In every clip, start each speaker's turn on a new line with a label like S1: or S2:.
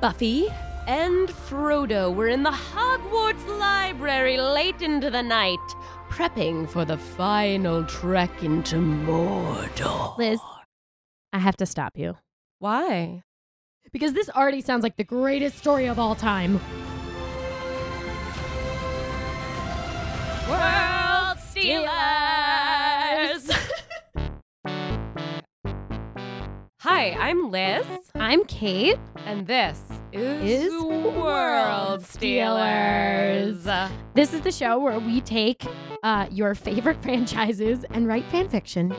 S1: Buffy
S2: and Frodo were in the Hogwarts library late into the night, prepping for the final trek into Mordor.
S1: Liz, I have to stop you.
S2: Why?
S1: Because this already sounds like the greatest story of all time.
S2: World Stealers! Hi, I'm Liz,
S1: I'm Kate.
S2: and this
S1: Is World Stealers. This is the show where we take uh, your favorite franchises and write fan fiction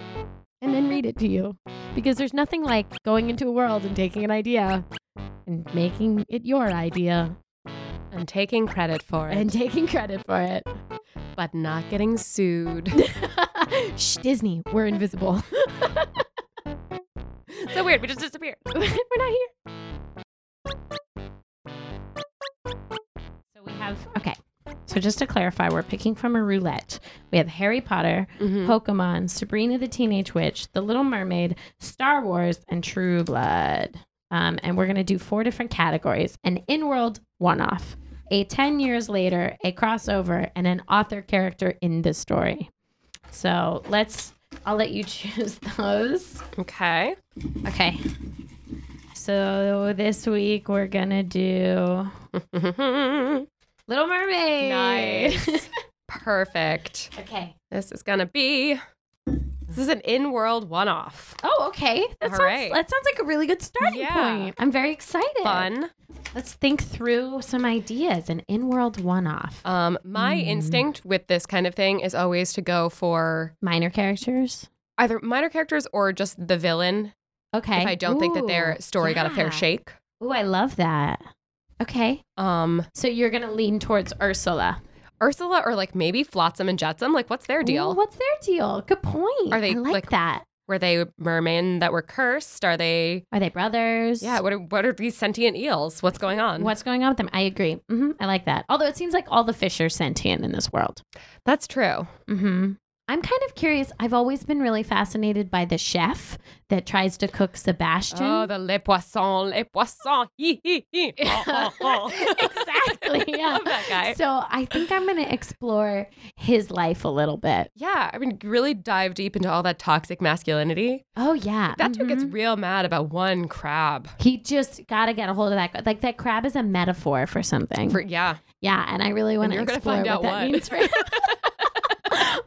S1: and then read it to you. Because there's nothing like going into a world and taking an idea and making it your idea
S2: And taking credit for it,
S1: and taking credit for it.
S2: but not getting sued.
S1: Shh, Disney, we're invisible.
S2: so weird, we just disappeared.
S1: we're not here. So we have okay. So just to clarify, we're picking from a roulette. We have Harry Potter,
S2: Mm-hmm. Mm.
S1: Pokemon, Sabrina the Teenage Witch, The Little Mermaid, Star Wars, and True Blood. Um, and we're gonna do four different categories: an in-world one-off, a ten years later, a crossover, and an author character in the story. So let's. I'll let you choose those.
S2: Okay.
S1: Okay. So this week we're gonna do Little Mermaid.
S2: nice. Perfect.
S1: okay.
S2: This is gonna be. This is an in-world one-off.
S1: Oh, okay. That
S2: All
S1: sounds
S2: right.
S1: that sounds like a really good starting
S2: Yeah.
S1: point. I'm very excited.
S2: Fun.
S1: Let's think through some ideas. An in-world one-off.
S2: Um, my
S1: Mm-hmm.
S2: instinct with this kind of thing is always to go for
S1: Minor characters.
S2: either minor characters or just the villain
S1: Okay.
S2: if I don't think that their
S1: Ooh,
S2: story got a
S1: yeah.
S2: fair shake.
S1: Ooh, I love that. Okay.
S2: Um,
S1: So you're gonna lean towards Ursula.
S2: Ursula or like maybe Flotsam and Jetsam. Like, what's their deal?
S1: Ooh, what's their deal? Good point.
S2: Are they,
S1: I like,
S2: like-
S1: that?
S2: Were they mermen that were cursed? Are they?
S1: Are they brothers?
S2: Yeah. What are, what are these sentient eels? What's going on?
S1: What's going on with them? I agree. hmm I like that. Although it seems like all the fish are sentient in this world.
S2: That's true.
S1: hmm I'm kind of curious. I've always been really fascinated by the chef that tries to cook Sebastian.
S2: Oh, the le poisson, le poisson. Hee hee hee. Oh, oh, oh.
S1: exactly. Yeah.
S2: Love that guy.
S1: So I think I'm going to explore his life a little bit.
S2: Yeah, I mean, really dive deep into all that toxic masculinity.
S1: Oh yeah,
S2: That dude gets
S1: Mhm.
S2: real mad about one crab.
S1: He just got to get a hold of that. Like that crab is a metaphor for something.
S2: For, yeah,
S1: yeah, and I really want to
S2: you're gonna
S1: explore
S2: find
S1: what
S2: out
S1: that
S2: what.
S1: means for him.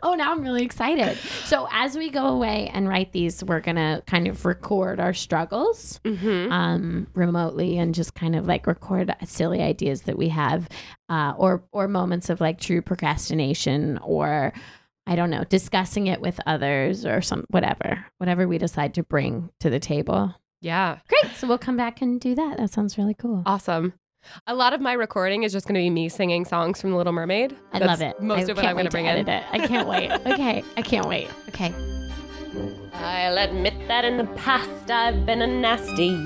S1: oh, now I'm really excited. So as we go away and write these, we're gonna kind of record our struggles
S2: mm-hmm.
S1: um, remotely and just kind of like record silly ideas that we have, uh, or or moments of like true procrastination, or I don't know, discussing it with others or some whatever, whatever we decide to bring to the table.
S2: yeah,
S1: Great. So we'll come back and do that. That sounds really cool.
S2: awesome. A lot of my recording is just going to be me singing songs from The Little Mermaid.
S1: I
S2: That's
S1: love it.
S2: Most
S1: I
S2: of what I'm
S1: can't
S2: going
S1: wait
S2: to bring
S1: edit
S2: in.
S1: It. I can't wait. Okay, I can't wait. Okay.
S2: I'll admit that in the past I've been a nasty.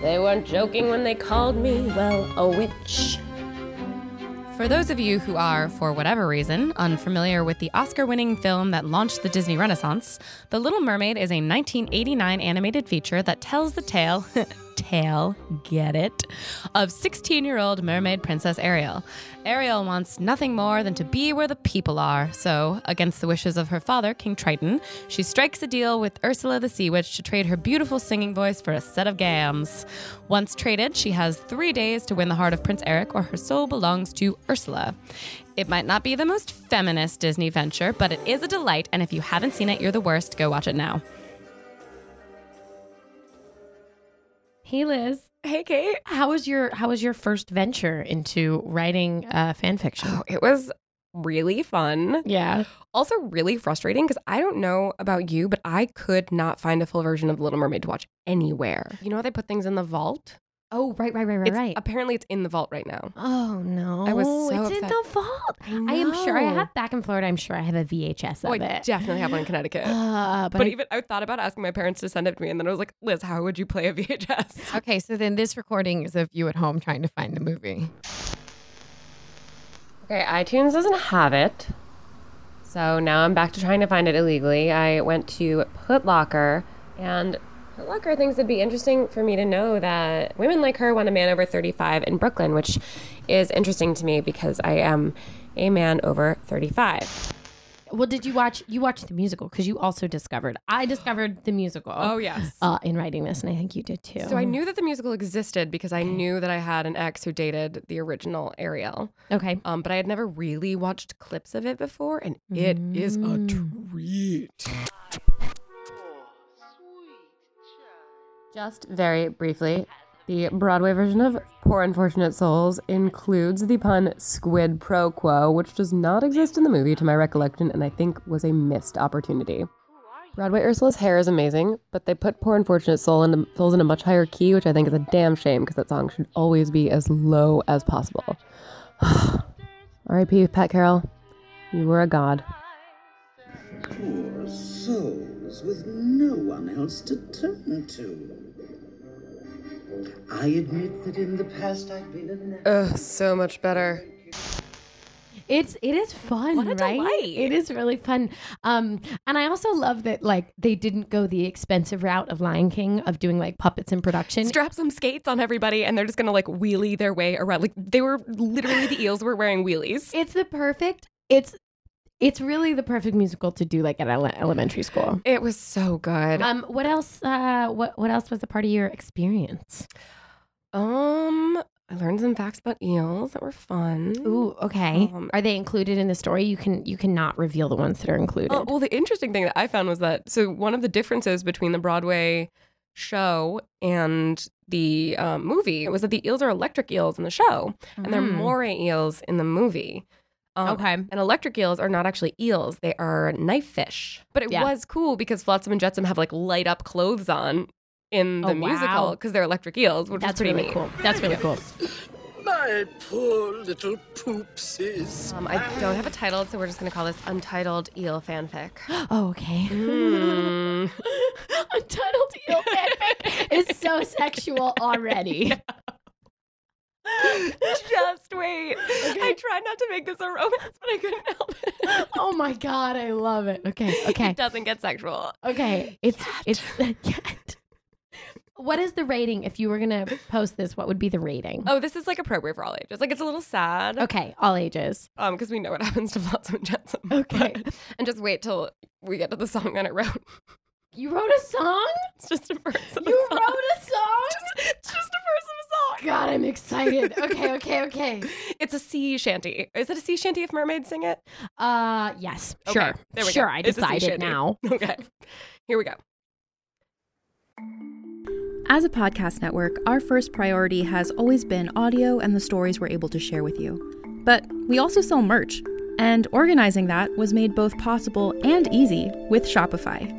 S2: They weren't joking when they called me, well, a witch.
S3: For those of you who are, for whatever reason, unfamiliar with the Oscar winning film that launched the Disney Renaissance, The Little Mermaid is a 1989 animated feature that tells the tale. tale, get it, of 16 year old mermaid princess Ariel. Ariel wants nothing more than to be where the people are, so, against the wishes of her father, King Triton, she strikes a deal with Ursula the Sea Witch to trade her beautiful singing voice for a set of gams. Once traded, she has three days to win the heart of Prince Eric, or her soul belongs to Ursula. It might not be the most feminist Disney venture, but it is a delight, and if you haven't seen it, you're the worst. Go watch it now.
S1: Hey Liz,
S2: Hey, Kate.
S1: how was your how was your first venture into writing uh, fan fiction?
S2: Oh, it was really fun.
S1: Yeah,
S2: Also, really frustrating because I don't know about you, but I could not find a full version of The Little Mermaid to watch anywhere. You know how they put things in the vault?
S1: Oh, right, right, right, right,
S2: It's-
S1: right.
S2: Apparently, it's in the vault right now.
S1: oh no,
S2: I was so
S1: it's in
S2: upset.
S1: the vault. I am sure I have back in Florida. I'm sure I have a VHS
S2: Oh, I
S1: of it.
S2: definitely have one in Connecticut.
S1: Uh, but
S2: but
S1: I-
S2: even I thought about asking my parents to send it to me, and then I was like, Liz, how would you play a VHS?
S4: Okay, so then this recording is of you at home trying to find the movie.
S5: Okay, iTunes doesn't have it. So now I'm back to trying to find it illegally. I went to Putlocker, and Putlocker thinks it'd be interesting for me to know that women like her want a man over 35 in Brooklyn, which is interesting to me because I am a man over 35.
S1: well, did you watch you watched the musical? Because you also discovered I discovered the musical.
S2: Oh, yes.
S1: uh, in writing this, and I think you did too.
S2: So I knew that the musical existed because I knew that I had an ex who dated the original Ariel.
S1: okay.
S2: Um, but I had never really watched clips of it before, and it is a treat.
S5: Just very briefly, the Broadway version of Poor Unfortunate Souls includes the pun squid pro quo, which does not exist in the movie to my recollection and I think was a missed opportunity. Broadway Ursula's hair is amazing, but they put Poor Unfortunate Soul in fills in a much higher key, which I think is a damn shame because that song should always be as low as possible. R.I.P. Pat Carroll, you were a god.
S6: Poor souls with no one else to turn to. I admit that in the past I've been a nat-
S2: Ugh, so much better.
S1: It's it is fun,
S2: What a
S1: right?
S2: delight.
S1: It is really fun. Um, and I also love that like they didn't go the expensive route of Lion King of doing like puppets in production.
S2: Strap some skates on everybody, and they're just gonna like wheelie their way around. Like they were literally the eels were wearing wheelies.
S1: it's the perfect. It's it's really the perfect musical to do like at ele- elementary school.
S2: It was so good.
S1: Um, what else? Uh, what what else was a part of your experience?
S2: Um, I learned some facts about eels that were fun.
S1: Ooh, okay.
S2: Um,
S1: are they included in the story? You can you cannot reveal the ones that are included.
S2: Oh, well, the interesting thing that I found was that so one of the differences between the Broadway show and the um, movie was that the eels are electric eels in the show, and they're
S1: Mm.
S2: moray eels in the movie. Um,
S1: okay.
S2: And electric eels are not actually eels; they are knife fish. But it
S1: Yeah.
S2: was cool because Flotsam and Jetsam have like light up clothes on in the
S1: Oh,
S2: musical
S1: wow.
S2: because they're electric eels, which is
S1: That's
S2: pretty
S1: really
S2: neat.
S1: cool. That's really cool.
S6: My poor little poopsies.
S2: Um, I don't have a title, so we're just gonna call this Untitled Eel Fanfic.
S1: Oh, okay.
S2: Mm.
S1: Untitled Eel fanfic is so sexual already.
S2: Just wait. I tried not to make this a romance, but I couldn't help it.
S1: Oh my god, I love it. Okay,
S2: It
S1: okay,
S2: doesn't get sexual.
S1: okay. It's it's yet. What is the rating? If you were gonna post this, what would be the rating?
S2: Oh, this is like appropriate for all ages. Like it's a little sad,
S1: Okay, all ages.
S2: um, because we know what happens to Flotsam and Jetsam. but-
S1: Okay.
S2: and just wait till we get to the song that I wrote.
S1: You wrote a song.
S2: It's just a verse. Of
S1: You
S2: a song.
S1: wrote a song.
S2: It's just a verse of a song.
S1: God, I'm excited. Okay, okay, okay.
S2: It's a sea shanty. Is it a sea shanty if mermaids sing it?
S1: Uh, yes,
S2: Okay,
S1: sure,
S2: there we go.
S1: sure. I
S2: It's a sea
S1: decided
S2: shanty.
S1: now.
S2: Okay. Here we go.
S7: As a podcast network, our first priority has always been audio and the stories we're able to share with you. But we also sell merch, and organizing that was made both possible and easy with Shopify.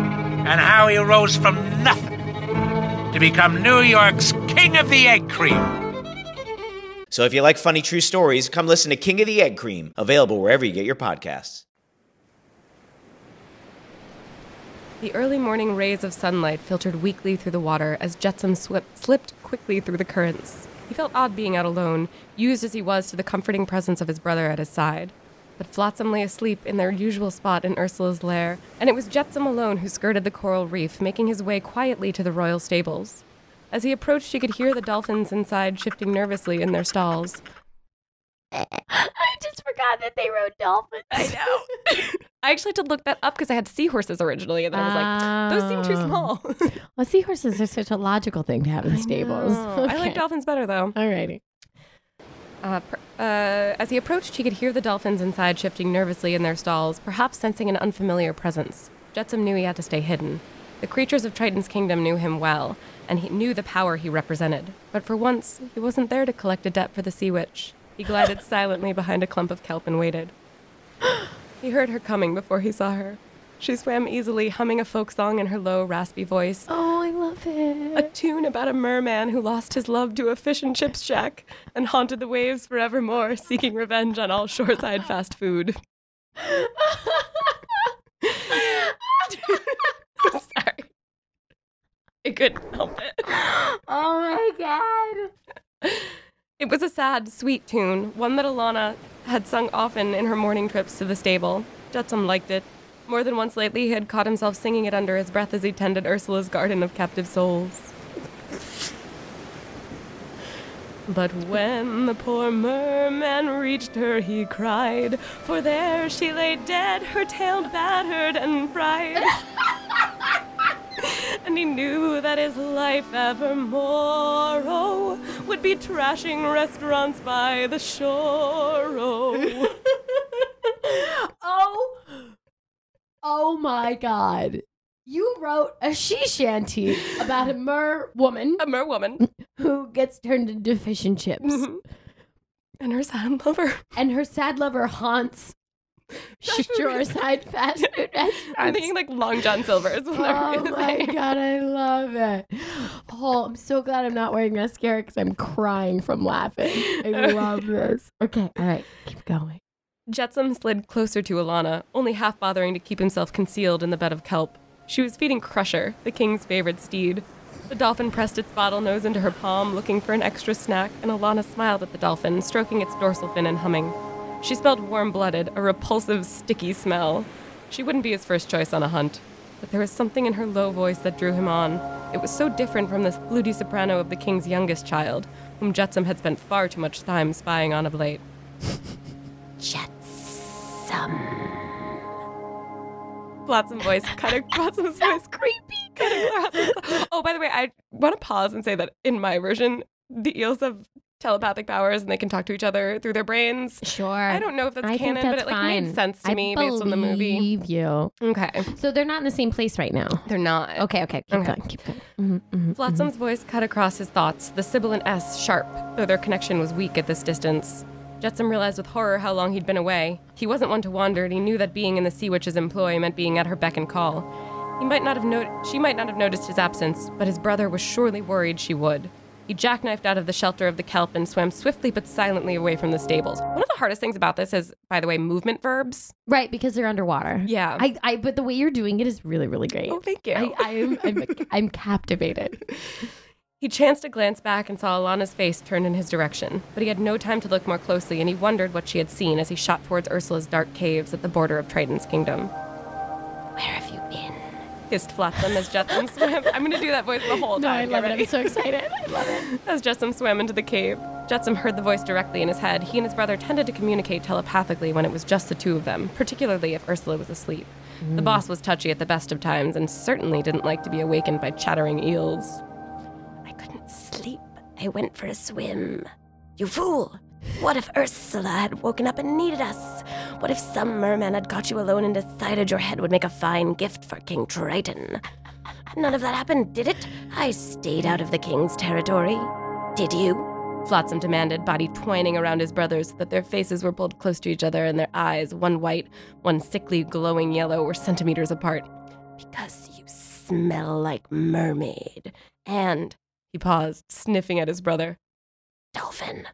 S8: and how he rose from nothing to become New York's king of the egg cream.
S9: So if you like funny true stories, come listen to King of the Egg Cream, available wherever you get your podcasts.
S2: The early morning rays of sunlight filtered weakly through the water as Jetsam swip, slipped quickly through the currents. He felt odd being out alone, used as he was to the comforting presence of his brother at his side. But Flotsam lay asleep in their usual spot in Ursula's lair, and it was Jetsam alone who skirted the coral reef, making his way quietly to the royal stables. As he approached, he could hear the dolphins inside shifting nervously in their stalls.
S1: I just forgot that they rode dolphins. I know.
S2: I actually had to look that up because I had seahorses originally, and then I was like, those seem too
S1: Oh.
S2: small.
S1: Well, seahorses are such a logical thing to have in stables.
S2: know. I like
S1: Oh, Okay.
S2: dolphins better though.
S1: Alrighty.
S2: Uh, per, uh, as he approached, he could hear the dolphins inside shifting nervously in their stalls, perhaps sensing an unfamiliar presence. Jetsam knew he had to stay hidden. The creatures of Triton's kingdom knew him well, and he knew the power he represented. But for once, he wasn't there to collect a debt for the sea witch. He glided silently behind a clump of kelp and waited. He heard her coming before he saw her. She swam easily, humming a folk song in her low, raspy voice,
S1: Oh, I love it.
S2: a tune about a merman who lost his love to a fish and chips shack and haunted the waves forevermore, seeking revenge on all shoreside fast food. Sorry. I couldn't help it.
S1: Oh my
S2: It was a sad, sweet tune, one that Alana had sung often in her morning trips to the stable. Jetsam liked it. More than once lately, he had caught himself singing it under his breath as he tended Ursula's garden of captive souls. But when the poor merman reached her, he cried, for there she lay dead, her tail battered and fried. and he knew that his life evermore oh, would be trashing restaurants by the shore. Oh.
S1: god. Oh. Oh my god. You wrote a she shanty about a mer woman
S2: A
S1: Mm,
S2: merwoman
S1: who gets turned into fish and chips,
S2: Mhm. and her sad lover.
S1: and her sad lover haunts shoreside fast food
S2: I'm
S1: restaurants.
S2: thinking like Long John Silver is what I
S1: Oh
S2: was
S1: my
S2: saying.
S1: god, I love it. Oh, I'm so glad I'm not wearing mascara because I'm crying from laughing. I love this. Okay, all right, keep going.
S2: Jetsam slid closer to Alana, only half bothering to keep himself concealed in the bed of kelp. She was feeding Crusher, the king's favorite steed. The dolphin pressed its bottle nose into her palm, looking for an extra snack, and Alana smiled at the dolphin, stroking its dorsal fin and humming. She smelled warm blooded, a repulsive, sticky smell. She wouldn't be his first choice on a hunt, but there was something in her low voice that drew him on. It was so different from the fluty soprano of the king's youngest child, whom Jetsam had spent far too much time spying on of late.
S10: Jetsam.
S2: Glatzman voice. Kind of Glatzman's voice. Creepy. Kind of Oh, by the way, I want to pause and say that in my version, the eels have telepathic powers and they can talk to each other through their brains.
S1: Sure.
S2: I don't know if that's
S1: I think
S2: canon, but
S1: that's
S2: it like
S1: fine.
S2: made sense to
S1: I
S2: me based on the movie.
S1: Believe you.
S2: Okay.
S1: So they're not in the same place right now.
S2: They're not.
S1: Okay. Okay. Keep going. Keep going. Mm-hmm,
S2: Flotsam's voice cut across his thoughts, the sibilant S sharp, though their connection was weak at this distance. Jetsam realized with horror how long he'd been away. He wasn't one to wander, and he knew that being in the Sea Witch's employ meant being at her beck and call. He might not have no- she might not have noticed his absence, but his brother was surely worried she would. He jackknifed out of the shelter of the kelp and swam swiftly but silently away from the stables. One of the hardest things about this is, by the way, movement verbs.
S1: Right, because they're underwater.
S2: Yeah.
S1: I, I, but the way you're doing it is really, really great.
S2: Oh, thank you.
S1: I, I'm, I'm, I'm captivated.
S2: He chanced a glance back and saw Alana's face turned in his direction, but he had no time to look more closely and he wondered what she had seen as he shot towards Ursula's dark caves at the border of Triton's kingdom. Where have you been? Hissed Flotsam as Jetsam swam. I'm going to do that voice the whole
S1: No, I
S2: time.
S1: love it. I'm so
S2: excited. I love it. As Jetsam swam into the cave, Jetsam heard the voice directly in his head. He and his brother tended to communicate telepathically when it was just the two of them, particularly if Ursula was asleep. The
S1: Mm.
S2: boss was touchy at the best of times and certainly didn't like to be awakened by chattering eels.
S10: I couldn't sleep. I went for a swim. You fool! What if Ursula had woken up and needed us? What if some merman had got you alone and decided your head would make a fine gift for King Triton? None of that happened, did it? I stayed out of the king's territory. Did you?
S2: Flotsam demanded, body twining around his brother's so that their faces were pulled close to each other and their eyes, one white, one sickly, glowing yellow, were centimeters apart.
S10: Because you smell like mermaid.
S2: And he paused, sniffing at his brother.
S10: Dolphin.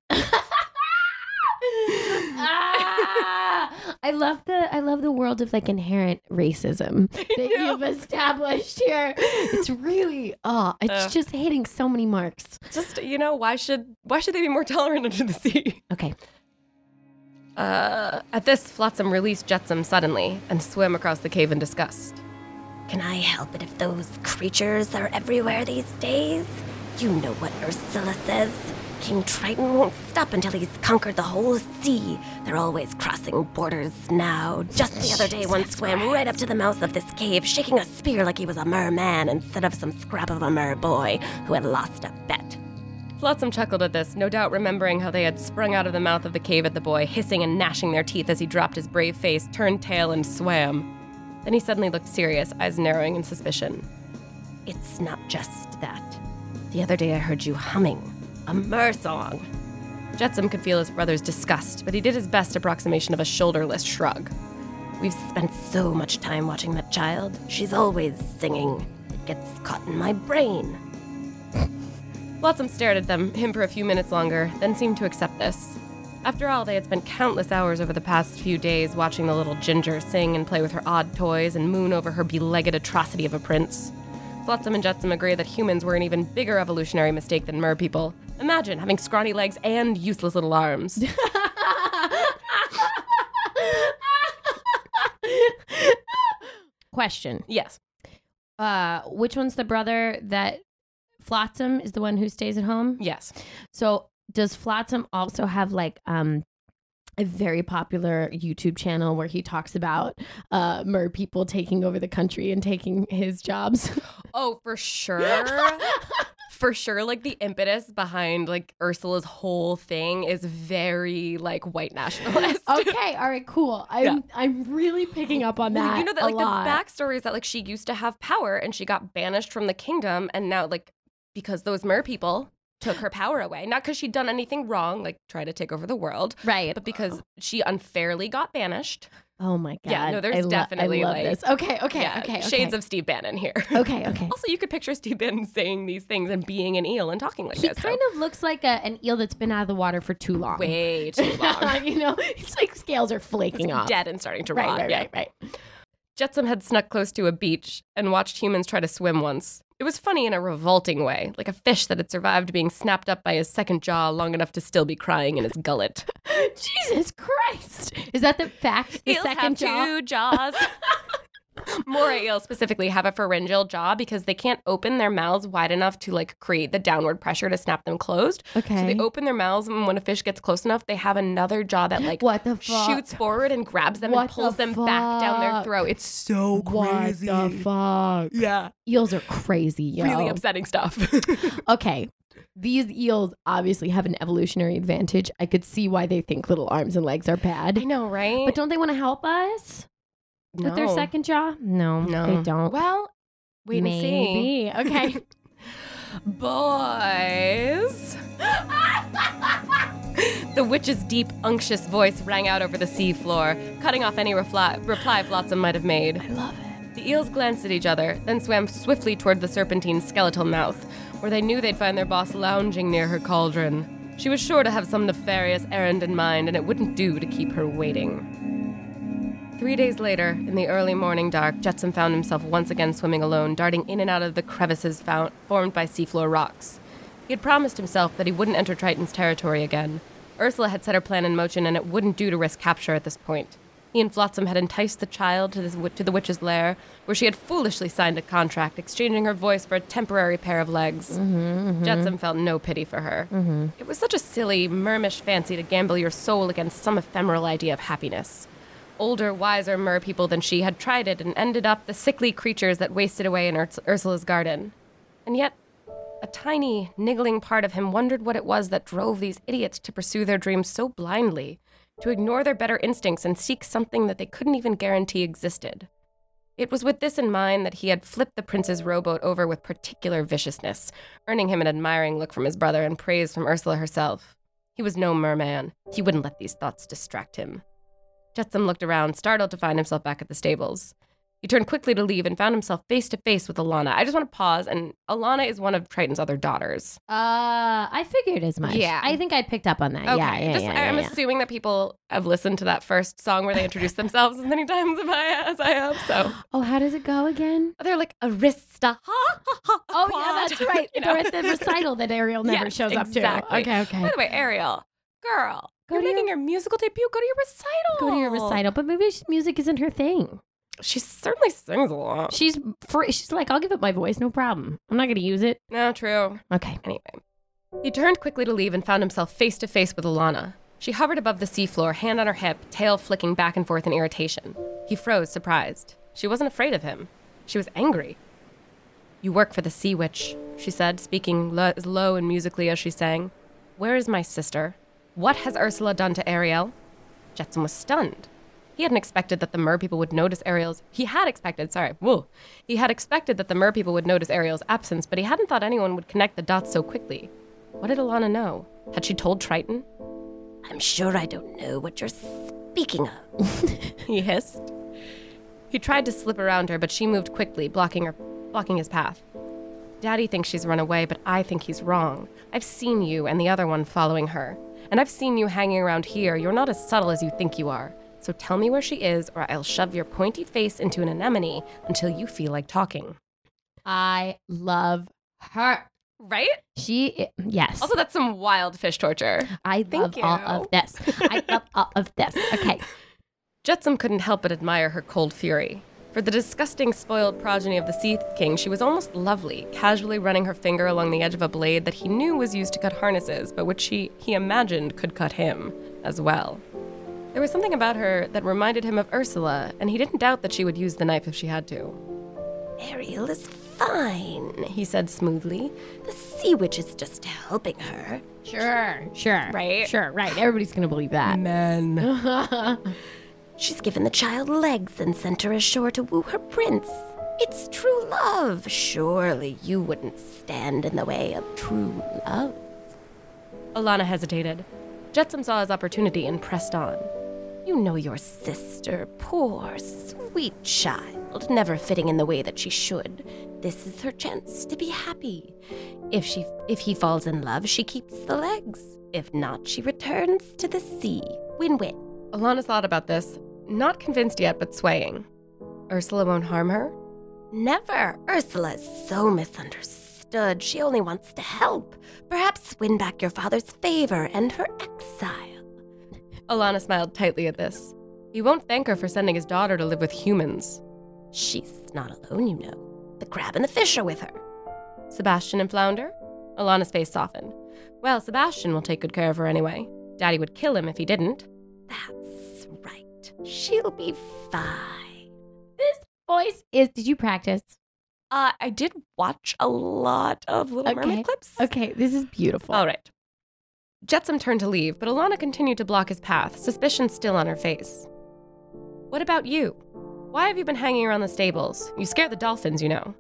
S1: ah, I love the, I love the world of like inherent racism that you've established here. It's really, oh, it's
S2: Ugh.
S1: just hitting so many marks.
S2: Just you know, why should why should they be more tolerant under the sea?
S1: Okay.
S2: Uh, at this, Flotsam released Jetsam suddenly and swam across the cave in disgust.
S10: Can I help it if those creatures are everywhere these days? You know what Ursula says. King Triton won't stop until he's conquered the whole sea. They're always crossing borders now. Just the other day, one swam right up to the mouth of this cave, shaking a spear like he was a merman instead of some scrap of a merboy who had lost a bet.
S2: Flotsam chuckled at this, no doubt remembering how they had sprung out of the mouth of the cave at the boy, hissing and gnashing their teeth as he dropped his brave face, turned tail, and swam. Then he suddenly looked serious, eyes narrowing in suspicion.
S10: It's not just that.
S2: The other day I heard you humming a mer song. Jetsam could feel his brother's disgust, but he did his best approximation of a shoulderless shrug.
S10: We've spent so much time watching that child. She's always singing. It gets caught in my brain.
S2: Flotsam stared at them, him for a few minutes longer, then seemed to accept this. After all, they had spent countless hours over the past few days watching the little Ginger sing and play with her odd toys and moon over her belegged atrocity of a prince. Flotsam and Jetsam agree that humans were an even bigger evolutionary mistake than mer people. Imagine having scrawny legs and useless little arms.
S1: Question.
S2: yes.
S1: Uh, which one's the brother that Flotsam is the one who stays at home?
S2: Yes.
S1: So does Flotsam also have like um a very popular YouTube channel where he talks about uh mer people taking over the country and taking his jobs?
S2: Oh, for sure. for sure, like the impetus behind like Ursula's whole thing is very like white nationalist.
S1: okay, all right, cool. I'm
S2: Yeah.
S1: I'm really picking up on
S2: Well,
S1: that.
S2: you know that
S1: a
S2: like
S1: lot.
S2: the backstory is that like she used to have power and she got banished from the kingdom and now like because those mer people took her power away not because she'd done anything wrong like try to take over the world
S1: Right.
S2: but because she unfairly got banished
S1: Oh my god.
S2: yeah no
S1: I
S2: there's
S1: lo- I
S2: definitely
S1: love
S2: like
S1: this. Okay, okay,
S2: yeah,
S1: okay, okay.
S2: shades of steve bannon here
S1: Okay, okay.
S2: also you could picture steve bannon saying these things and being an eel and talking like
S1: He
S2: this so-
S1: kind of looks like a, an eel that's been out of the water for too long.
S2: way too long
S1: you know, it's like scales are flaking off.
S2: dead and starting to
S1: Right,
S2: rot
S1: right,
S2: yeah.
S1: right, right.
S2: Jetsam had snuck close to a beach and watched humans try to swim once. It was funny in a revolting way, like a fish that had survived being snapped up by his second jaw long enough to still be crying in his gullet.
S1: Jesus Christ! Is that the fact? The
S2: Eels
S1: second
S2: have
S1: jaw.
S2: two jaws. Moray eel specifically have a pharyngeal jaw because they can't open their mouths wide enough to like create the downward pressure to snap them closed. So
S1: Okay.
S2: they open their mouths, and when a fish gets close enough, they have another jaw that like
S1: What the
S2: shoots
S1: fuck?
S2: forward and grabs them
S1: What
S2: and pulls
S1: the
S2: them back down their
S1: fuck?
S2: throat. It's so crazy.
S1: What the fuck?
S2: Yeah.
S1: Eels are crazy, yo.
S2: Really upsetting stuff.
S1: Okay. These eels obviously have an evolutionary advantage. I could see why they think little arms and legs are bad.
S2: I know, right?
S1: But don't they want to help us with their
S2: No.
S1: second jaw? No,
S2: No.
S1: they don't.
S2: Well, wait
S1: Maybe.
S2: and see.
S1: Okay.
S2: Boys. the witch's deep, unctuous voice rang out over the sea floor, cutting off any reply, reply Flotsam might have made. I love it. The eels glanced at each other, then swam swiftly toward the serpentine's skeletal mouth, where they knew they'd find their boss lounging near her cauldron. She was sure to have some nefarious errand in mind, and it wouldn't do to keep her waiting. Three days later, in the early morning dark, Jetson found himself once again swimming alone, darting in and out of the crevices found, formed by seafloor rocks. He had promised himself that he wouldn't enter Triton's territory again. Ursula had set her plan in motion, and it wouldn't do to risk capture at this point. He and Flotsam had enticed the child to, this, to the witch's lair, where she had foolishly signed a contract, exchanging her voice for a temporary pair of legs.
S1: mhm.
S2: Jetsam felt no pity for her.
S1: Mhm.
S2: It was such a silly, mermish fancy to gamble your soul against some ephemeral idea of happiness. Older, wiser mer people than she had tried it and ended up the sickly creatures that wasted away in Urs- Ursula's garden. And yet, a tiny, niggling part of him wondered what it was that drove these idiots to pursue their dreams so blindly, to ignore their better instincts and seek something that they couldn't even guarantee existed. It was with this in mind that he had flipped the prince's rowboat over with particular viciousness, earning him an admiring look from his brother and praise from Ursula herself. He was no merman. He wouldn't let these thoughts distract him. Jetsam looked around, startled to find himself back at the stables. He turned quickly to leave and found himself face to face with Alana. I just want to pause, and Alana is one of Triton's other daughters.
S1: Uh, I figured as much.
S2: Yeah.
S1: I think I picked up on that. Uh, Yeah, yeah,
S2: just,
S1: yeah,
S2: I- I'm
S1: yeah, yeah.
S2: assuming that people have listened to that first song where they introduce themselves as many times as I, as I have. So
S1: Oh, how does it go again?
S2: they're like Arista.
S1: Oh, yeah, that's right.
S2: You
S1: They're
S2: know?
S1: at the recital that Ariel never
S2: Yes,
S1: shows up
S2: exactly.
S1: to. Okay, okay.
S2: By the way, Ariel, girl, you're making your musical debut. Go to your recital.
S1: Go to your recital, but maybe sh- music isn't her thing.
S2: She certainly sings a lot.
S1: She's free. She's like, I'll give up my voice, no problem. I'm not gonna use it.
S2: No, true.
S1: Okay.
S2: Anyway, he turned quickly to leave and found himself face to face with Alana. She hovered above the seafloor, hand on her hip, tail flicking back and forth in irritation. He froze, surprised. She wasn't afraid of him. She was angry. You work for the Sea Witch, she said, speaking lo- as low and musically as she sang. Where is my sister? What has Ursula done to Ariel? Jetson was stunned. He hadn't expected that the mer people would notice Ariel's. He had expected, sorry, whoa. He had expected that the mer people would notice Ariel's absence, but he hadn't thought anyone would connect the dots so quickly. What did Alana know? Had she told Triton?
S10: I'm sure I don't know what you're speaking of.
S2: he hissed. He tried to slip around her, but she moved quickly, blocking her, blocking his path. Daddy thinks she's run away, but I think he's wrong. I've seen you and the other one following her, and I've seen you hanging around here. You're not as subtle as you think you are. So tell me where she is, or I'll shove your pointy face into an anemone until you feel like talking.
S1: I love her.
S2: Right?
S1: She i- yes.
S2: Also, that's some wild fish torture.
S1: I love
S2: Thank
S1: all
S2: you.
S1: of this. I love all of this. Okay.
S2: Jetsam couldn't help but admire her cold fury. For the disgusting, spoiled progeny of the Sea King, she was almost lovely, casually running her finger along the edge of a blade that he knew was used to cut harnesses, but which he, he imagined could cut him as well. There was something about her that reminded him of Ursula, and he didn't doubt that she would use the knife if she had to.
S10: Ariel is fine,
S2: he said smoothly.
S10: The sea witch is just helping her.
S1: Sure, sure.
S2: Right?
S1: Sure, right. Everybody's gonna believe that.
S2: Men.
S10: She's given the child legs and sent her ashore to woo her prince. It's true love. Surely you wouldn't stand in the way of true love.
S2: Alana hesitated. Jetsam saw his opportunity and pressed on. You know your sister,
S10: Poor, sweet child, never fitting in the way that she should. This is her chance to be happy. If she if he falls in love, she keeps the legs. If not, she returns to the sea. Win-win.
S2: Alana thought about this, not convinced yet, but swaying. Ursula won't harm her?
S10: Never. Ursula is so misunderstood. She only wants to help. Perhaps win back your father's favor and her exile.
S2: Alana smiled tightly at this. He won't thank her for sending his daughter to live with humans.
S10: She's not alone, you know. The crab and the fish are with her.
S2: Sebastian and Flounder? Alana's face softened. Well, Sebastian will take good care of her anyway. Daddy would kill him if he didn't.
S10: That's right. She'll be fine.
S1: This voice is. Did you practice?
S10: Uh, I did watch a lot of Little
S1: Okay.
S10: Mermaid clips.
S1: Okay, this is beautiful.
S2: All right. Jetsam turned to leave, but Alana continued to block his path, suspicion still on her face. What about you? Why have you been hanging around the stables? You scare the dolphins, you know.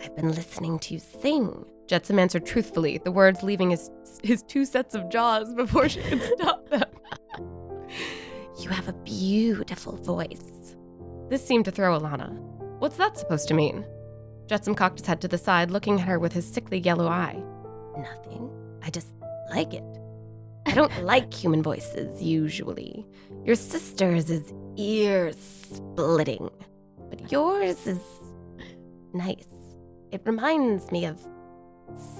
S10: I've been listening to you sing.
S2: Jetsam answered truthfully, the words leaving his, his two sets of jaws before she could stop them.
S10: You have a beautiful voice.
S2: This seemed to throw Alana. What's that supposed to mean? Jetsam cocked his head to the side, looking at her with his sickly yellow eye.
S10: Nothing. I just like it. I don't like human voices usually. Your sister's is ear splitting, but yours is nice. It reminds me of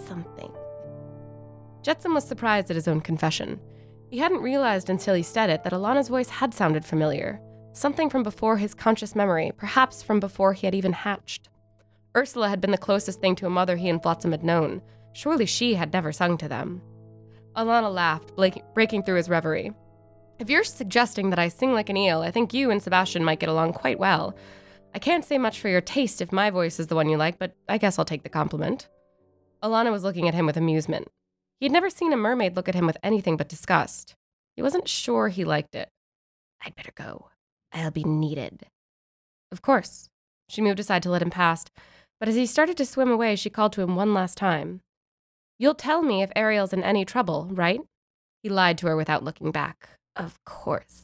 S10: something.
S2: Jetsam was surprised at his own confession. He hadn't realized until he said it that Alana's voice had sounded familiar. Something from before his conscious memory, perhaps from before he had even hatched. Ursula had been the closest thing to a mother he and Flotsam had known. Surely she had never sung to them. Alana laughed, blak- breaking through his reverie. If you're suggesting that I sing like an eel, I think you and Sebastian might get along quite well. I can't say much for your taste if my voice is the one you like, but I guess I'll take the compliment. Alana was looking at him with amusement. He had never seen a mermaid look at him with anything but disgust. He wasn't sure he liked it.
S10: I'd better go. I'll be needed.
S2: Of course. She moved aside to let him pass, but as he started to swim away, she called to him one last time. You'll tell me if Ariel's in any trouble, right? He lied to her without looking back. Of course.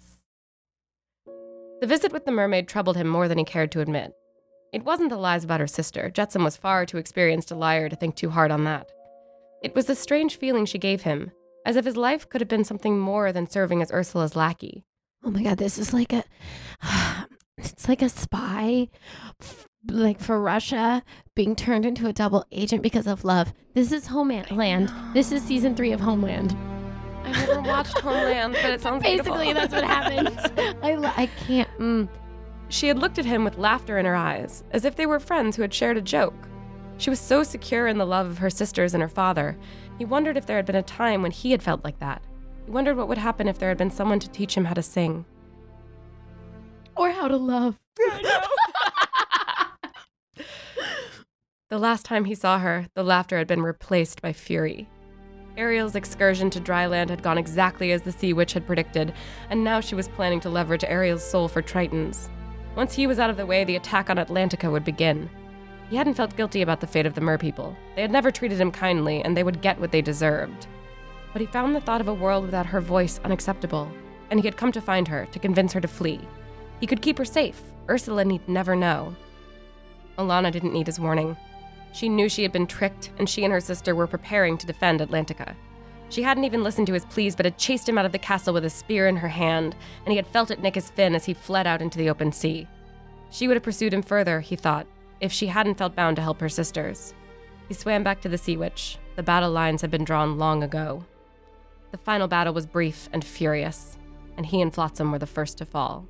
S2: The visit with the mermaid troubled him more than he cared to admit. It wasn't the lies about her sister. Jetsam was far too experienced a liar to think too hard on that. It was the strange feeling she gave him, as if his life could have been something more than serving as Ursula's lackey.
S1: Oh my god, this is like a it's like a spy f- like for Russia being turned into a double agent because of love. This is Homeland. This is season 3 of Homeland.
S2: I've never watched Homeland, but it sounds
S1: Basically,
S2: beautiful.
S1: that's what happens. I lo- I can't. Mm.
S2: She had looked at him with laughter in her eyes, as if they were friends who had shared a joke. She was so secure in the love of her sisters and her father. He wondered if there had been a time when he had felt like that. He wondered what would happen if there had been someone to teach him how to sing.
S1: Or how to love.
S2: The last time he saw her, the laughter had been replaced by fury. Ariel's excursion to dry land had gone exactly as the Sea Witch had predicted, and now she was planning to leverage Ariel's soul for Tritons. Once he was out of the way, the attack on Atlantica would begin. He hadn't felt guilty about the fate of the merpeople. They had never treated him kindly, and they would get what they deserved. But he found the thought of a world without her voice unacceptable, and he had come to find her, to convince her to flee. He could keep her safe. Ursula need never know. Alana didn't need his warning. She knew she had been tricked, and she and her sister were preparing to defend Atlantica. She hadn't even listened to his pleas, but had chased him out of the castle with a spear in her hand, and he had felt it nick his fin as he fled out into the open sea. She would have pursued him further, he thought, if she hadn't felt bound to help her sisters. He swam back to the Sea Witch. The battle lines had been drawn long ago. The final battle was brief and furious, and he and Flotsam were the first to fall.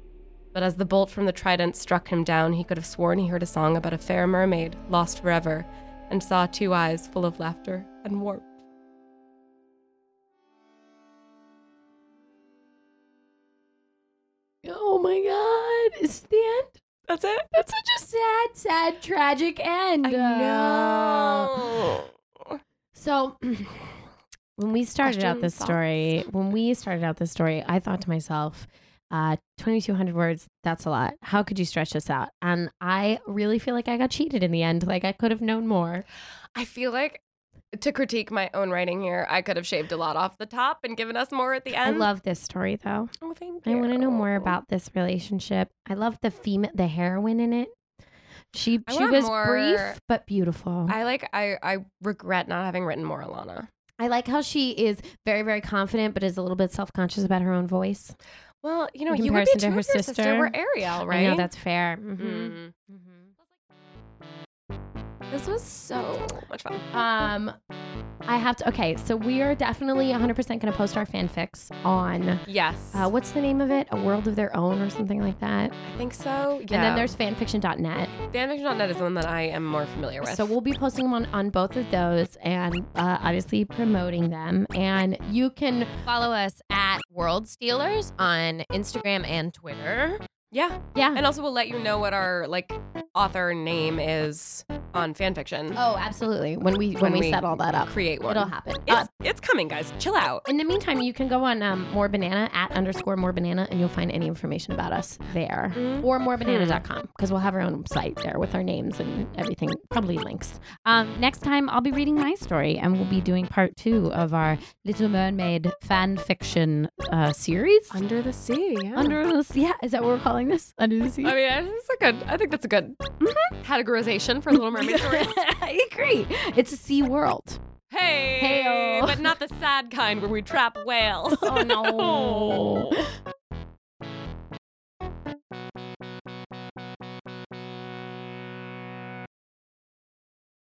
S2: But as the bolt from the trident struck him down, he could have sworn he heard a song about a fair mermaid lost forever and saw two eyes full of laughter and warmth.
S1: Oh my god. Is the end?
S2: That's it?
S1: That's such a sad, sad, tragic end. I
S2: know.
S1: So when we started out
S4: Questions,
S1: this
S4: thoughts?
S1: story, when we started out this story, I thought to myself, uh, 2200 words, that's a lot. How could you stretch this out? And I really feel like I got cheated in the end. Like I could have known more.
S2: I feel like to critique my own writing here, I could have shaved a lot off the top and Oh. given us more at the
S1: I
S2: end.
S1: love this story though.
S2: Oh, thank
S1: I want to know more
S2: you.
S1: about this relationship. I love the female, the heroine in it. She
S2: I
S1: she
S2: want
S1: was
S2: more-
S1: brief but beautiful.
S2: I like I I regret not having written more Alana.
S1: I like how she is very, very confident, but is a little bit self conscious about her own voice.
S2: Well, you know,
S1: In
S2: you would be
S1: comparison to
S2: too
S1: her
S2: if your sister.
S1: sister.
S2: were Ariel, right?
S1: I know that's fair. Mhm.
S2: Mm. This was so much fun.
S1: Um, I have to. Okay, so we are definitely 100% going to post our fanfics on.
S2: Yes.
S1: Uh, what's the name of it? A World of Their Own or something like that. I
S2: think so.
S1: And
S2: yeah.
S1: then there's fanfiction.net.
S2: Fanfiction.net is the one that I am more familiar with.
S1: So we'll be posting them on, on both of those and uh, obviously promoting them. And you can
S11: follow us at World Stealers on Instagram and Twitter.
S2: Yeah.
S1: Yeah.
S2: And also we'll let you know what our like author name is on fanfiction.
S1: Oh, absolutely. When we when, we, set all that up,
S2: create one.
S1: It'll happen. Uh,
S2: It's, it's coming, guys. Chill out.
S1: In the meantime, you can go on um, More Banana at underscore More Banana, and you'll find any information about us there, or morebanana.com because we'll have our own site there with our names and everything, probably links. Um, next time, I'll be reading my story, and we'll be doing part two of our Little Mermaid fan fiction uh, series.
S2: Under the sea. Yeah.
S1: Under the sea. Yeah, is that what we're calling this? Under the sea.
S2: I mean, it's a good. I think that's a good
S1: Mm-hmm.
S2: categorization for Little Mermaid stories.
S1: I agree. It's a sea world.
S2: Hey, but not the sad kind where we trap whales.
S1: Oh no.